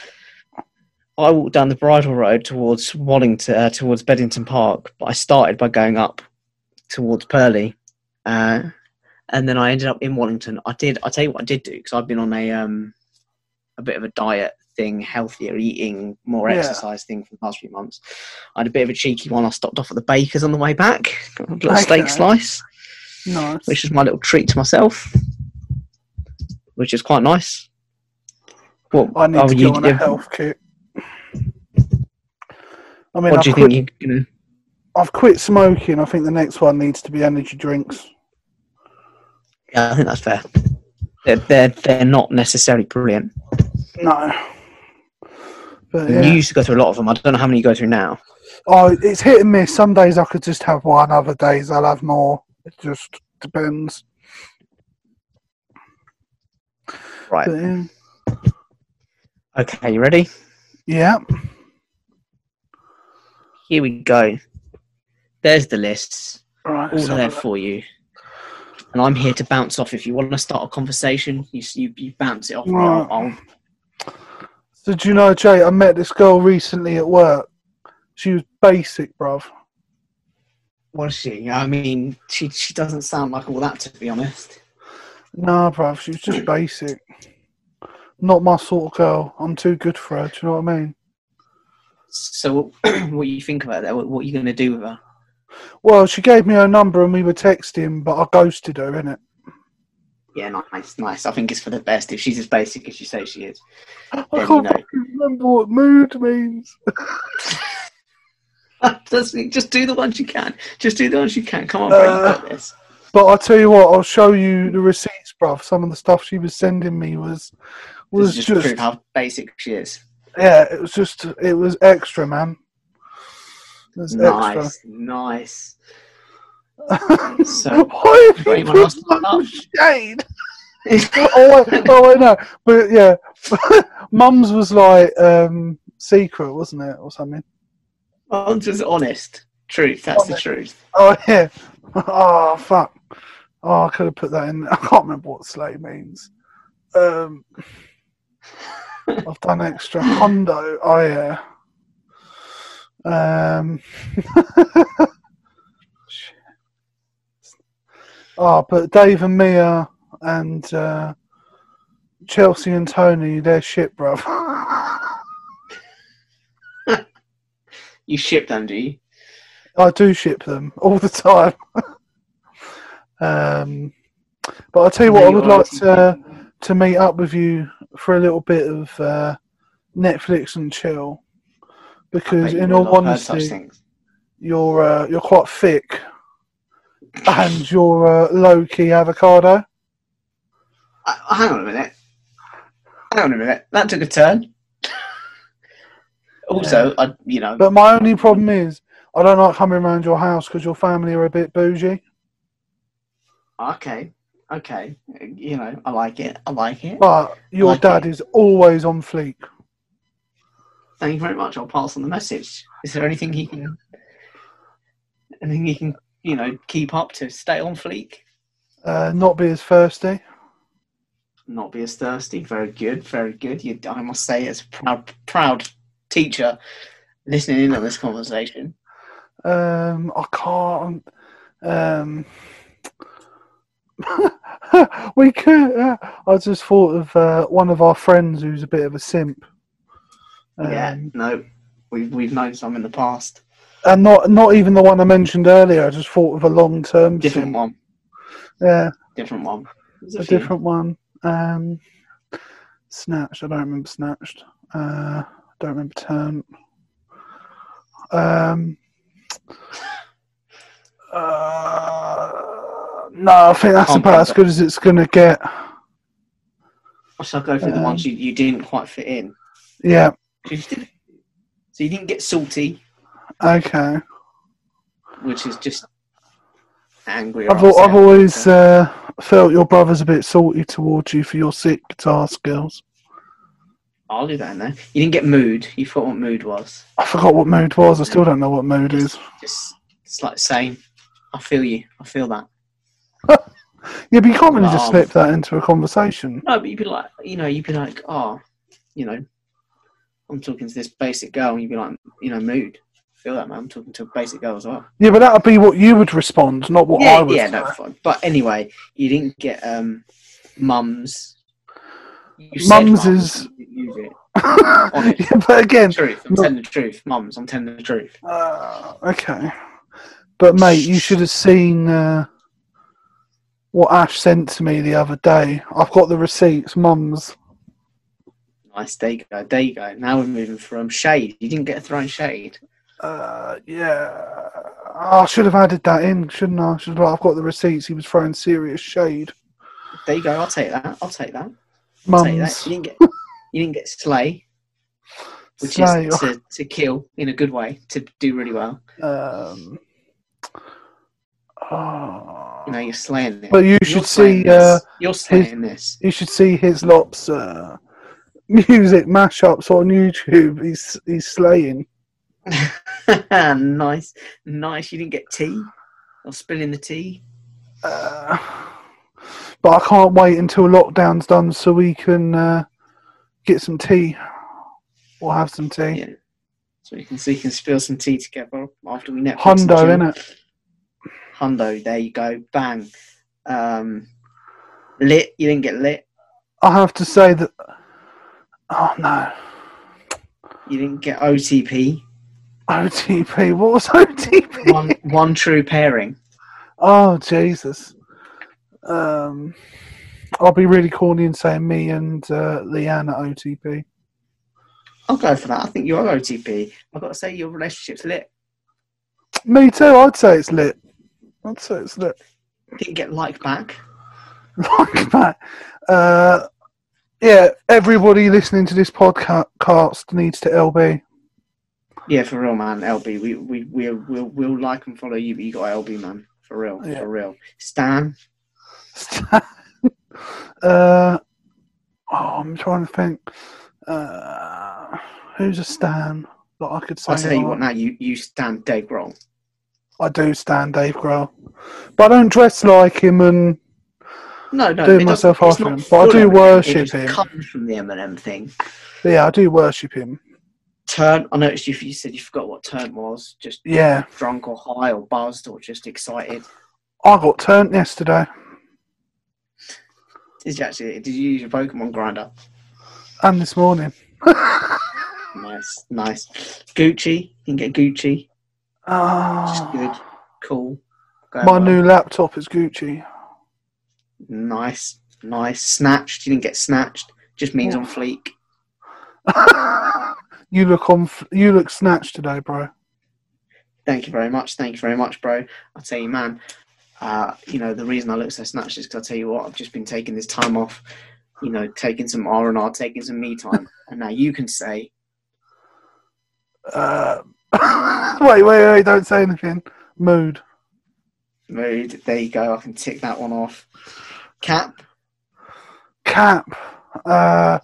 I walked down the bridle road towards Wallington, uh, towards Beddington Park, but I started by going up towards Purley, uh, and then I ended up in Wallington. I did. I tell you what, I did do because I've been on a um, a bit of a diet thing, healthier eating, more Yeah. exercise thing for the past few months. I had a bit of a cheeky one. I stopped off at the baker's on the way back, got a little Okay. steak slice, Nice. which was my little treat to myself, which is quite nice. What? I need oh, to go you- on a health kit. I mean, what I've do you quit, think you? you know, I've quit smoking. I think the next one needs to be energy drinks. Yeah, I think that's fair. They're they're, they're not necessarily brilliant. No. But You yeah. used to go through a lot of them. I don't know how many you go through now. Oh, it's hit and miss. Some days I could just have one, other days I'll have more. It just depends. Right. But, yeah. Okay, you ready? yeah. Here we go. There's the lists, Right. all so- there for you. And I'm here to bounce off. If you want to start a conversation, you s- you, you bounce it off. me. I'll, I'll, So do you know, Jay? I met this girl recently at work. She was basic, bruv. was she? I mean, she she doesn't sound like all that, to be honest. Nah, bruv. She was just basic. Not my sort of girl. I'm too good for her. Do you know what I mean? So, what you think about that? What, what are you going to do with her? Well, she gave me her number and we were texting, but I ghosted her, innit? Yeah, nice, nice. I think it's for the best. If she's as basic as you say she is, I Yeah, you can't know. fucking remember what mood means. Just, just do the ones you can. Just do the ones you can. Come on, bro, you Uh, got this. But I tell you what, I'll show you the receipts, bruv. Some of the stuff she was sending me was was This is just, just, to prove how basic she is. yeah, it was just it was extra, man. It was extra. Nice, nice. So, Why have you anyone put else my up? shade? oh, I, oh, I know. But yeah, Mum's was like um, secret, wasn't it, or something? I'm just honest. Truth. That's the Honest. truth. Oh yeah. Oh fuck. Oh, I could have put that in. I can't remember what slow means. Um, I've done extra hondo. Oh yeah. Um. shit. oh, but Dave and Mia and uh, Chelsea and Tony, they're shit, bruv. You ship them, do you? I do ship them all the time. um, but I'll tell you what, I Really would like honest. to, to meet up with you for a little bit of uh, Netflix and chill. because bet you in will all have heard such honesty, things. you're uh, you're quite thick, and you're uh, low key avocado. Uh, hang on a minute. Hang on a minute. That took a turn. also, I, you know, But my only problem is I don't like coming around your house because your family are a bit bougie. okay, okay, you know, I like it. I like it. But your Like dad it. is always on fleek. Thank you very much. I'll pass on the message. Is there anything he can, anything he can, you know, keep up to stay on fleek? Uh, not be as thirsty. Not be as thirsty. Very good. Very good. You, I must say, as a proud, proud teacher listening in on this conversation. Um, I can't. Um, we could. Uh, I just thought of uh, one of our friends who's a bit of a simp. yeah. Um, No, we've we've known some in the past. And not not even the one I mentioned earlier. I just thought of a long term Different simp. one. Yeah, Different one. There's a, few. different one. Um, snatched. I don't remember snatched. Uh, don't remember turn. Um. uh, no, I think that's Can't about as remember. good as it's gonna get. I shall go through the Um, ones you, you didn't quite fit in. Yeah. You didn't- So you didn't get salty, Okay. which is just angry. Or I've al- I've upset. always uh, felt your brother's a bit salty towards you for your sick guitar skills. I'll do that in there. You didn't get mood. You forgot what mood was. I forgot what mood was. I still don't know what mood is. Just it's like saying, "I feel you. I feel that." Yeah, but you can't really just Um, slip that into a conversation. No, but you'd be like, you know, you'd be like, "Oh, you know, I'm talking to this basic girl," and you'd be like, "You know, mood. I feel that, man. I'm talking to a basic girl as well." Yeah, but that would be what you would respond, not what yeah, I would. yeah, no, fine. But anyway, you didn't get um, mums. You said Mums is- you didn't use it. yeah, but again, truth. I'm No. telling the truth, mums. I'm telling the truth. uh, okay. But mate, you should have seen uh, what Ash sent to me the other day. I've got the receipts, mums. Nice. There you go. There you go. Now we're moving from shade. You didn't get thrown shade. Uh, yeah, I should have added that in, shouldn't I? Should have, I've got the receipts. He was throwing serious shade, There you go. I'll take that. I'll take that. I'll take that. mums. You didn't get. You didn't get slay, which Slay. is to, to kill in a good way, to do really well. Um, ah. You know, you're slaying it. um, But you You're should see, slaying this. uh, you're slaying this. you should see his lops uh, music mashups on YouTube. He's he's slaying. nice, nice. You didn't get tea. Or spilling the tea. Uh, but I can't wait until lockdown's done so we can uh, get some tea or have some tea. Yeah. So you can so you can spill some tea together after we Netflix. and Hundo, chill. innit? Hundo, there you go, bang. Um, lit, you didn't get lit. I have to say that. Oh no. You didn't get OTP. OTP. What was OTP? One one true pairing. Oh Jesus. Um, I'll be really corny and say me and uh, Leanne at OTP. I'll go for that. I think you are OTP. I've got to say your relationship's lit. Me too. I'd say it's lit. I'd say it's lit. Didn't get like back. like that. Uh, yeah, everybody listening to this podcast needs to LB. Yeah, for real, man. LB, we we we will we'll like and follow you, but you got LB, man. For real, Yeah. for real. Stan, uh, oh, I'm trying to think. Uh, who's a Stan that I could say? I'll tell you I- what now. You you stand Dave Grohl. I do Stan Dave Grohl, but I don't dress like him and No, no, Doing it doesn't- myself it's off not him, but I full do Eminem, it worship just him. Comes from the Eminem thing. yeah, I do worship him. Turn. I noticed you. You said you forgot what turn was. Just Yeah, drunk or high or buzzed or just excited. I got turned yesterday, Did you actually? Did you use your Pokemon grinder? and this morning. Nice, nice. Gucci, you can get Gucci. Just good, Ah, cool. Going my well. new laptop is Gucci. Nice, nice. Snatched. You didn't get snatched. Just means on fleek. You look on. f- You look snatched today, bro. Thank you very much. Thank you very much, bro. I tell you, man, uh, you know the reason I look so snatched is because I tell you what, I've just been taking this time off, you know, taking some R and R, taking some me time, and now you can say, Uh, wait, wait, wait! Don't say anything. Mood. mood. There you go. I can tick that one off. Cap. Cap. Uh,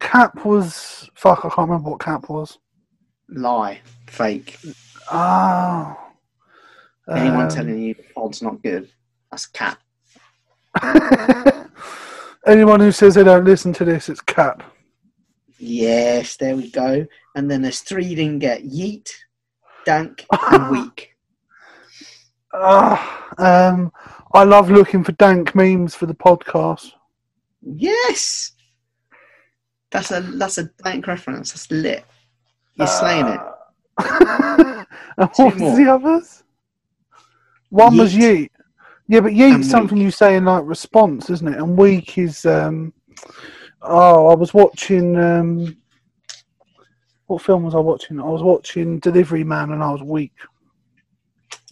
cap was fuck. I can't remember what cap was. lie, fake. Oh. Anyone Um, telling you the pod's not good, that's cap. Anyone who says they don't listen to this, it's cap. Yes, there we go. And then there's three you didn't get yeet, dank, and weak. Ah, um, I love looking for dank memes for the podcast. Yes, that's a that's a dank reference. That's lit. You're slaying Ah. it. Uh, and Two what was more. the others? One was Yeet. yeet. Yeah, but yeet's And something you say in like response, isn't it? And weak is um oh, I was watching um what film was I watching? I was watching Delivery Man and I was weak.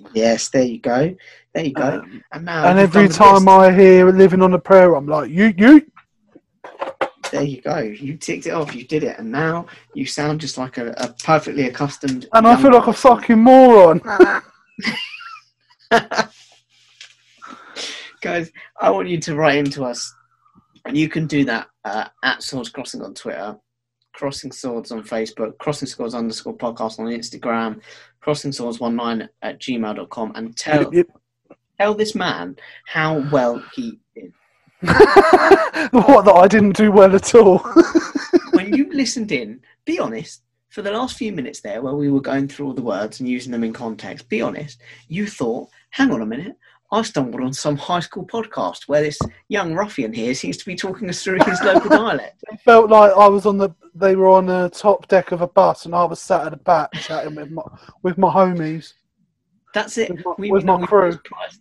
Oh, Yes, there you go. There you go. Um, And now and you've every done the time list. I hear Living on a Prayer, I'm like, you, you. there you go. You ticked it off. You did it, and now you sound just like a, a perfectly accustomed. And I young feel like a person. fucking moron. guys i want you to write into us and you can do that uh, at swords crossing on twitter crossing swords on facebook crossing swords underscore podcast on instagram crossing swords 19 at gmail.com and tell Yep, tell this man how well he did yep. what, that I didn't do well at all. when you listened in be honest for the last few minutes there where we were going through all the words and using them in context be honest you thought hang on a minute I stumbled on some high school podcast where this young ruffian here seems to be talking us through his local dialect. felt like I was on the. They were on the top deck of a bus, and I was sat at the back chatting with my with my homies, That's it. with my, We, with you know, my we've crew. always priced-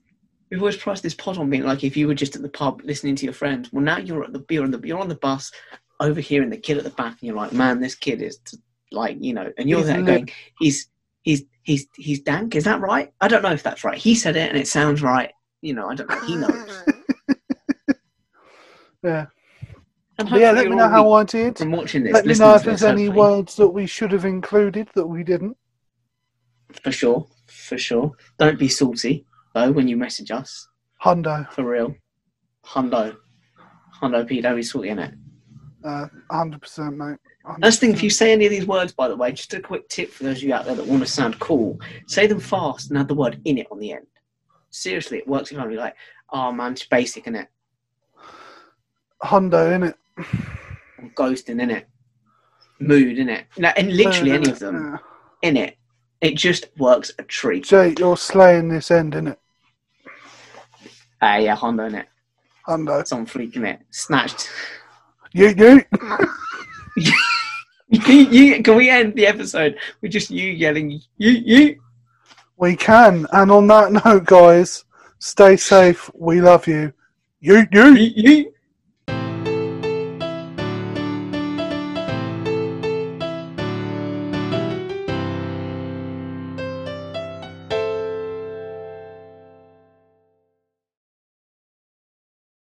We've always priced this pod on being like if you were just at the pub listening to your friends. Well, now you're at the you're on the you're on the bus, overhearing the kid at the back, and you're like, man, this kid is t- like you know, and you're He's there lit. going, he's he's he's he's dank. Is that right? I don't know if that's right. He said it, and it sounds right. You know, I don't know. He knows. yeah, And but yeah. hopefully Let you're me know all how weak I did. From watching this, Let me listening know to if this, there's any hopefully. words that we should have included that we didn't. for sure, for sure. Don't be salty though when you message us. Hundo, For real, hundo, hundo, P. Don't be salty in it. Uh, hundred percent, mate. 100%. Last thing, if you say any of these words, by the way, just a quick tip for those of you out there that want to sound cool, say them fast and add the word in it on the end. Seriously, it works if I'm like, oh man, it's basic, innit? Hundo, innit? I'm ghosting, innit? Mood, innit? No, and literally any of them, Yeah. in it. It just works a treat. Jake, you're slaying this end, innit? Ah, yeah, Honda, innit? Hundo. It's on fleek, innit? Snatched. You, you. you, you, can we end the episode with just you yelling, you, you? We can. And on that note, guys, stay safe. We love you. You, you. Yeet, yeet.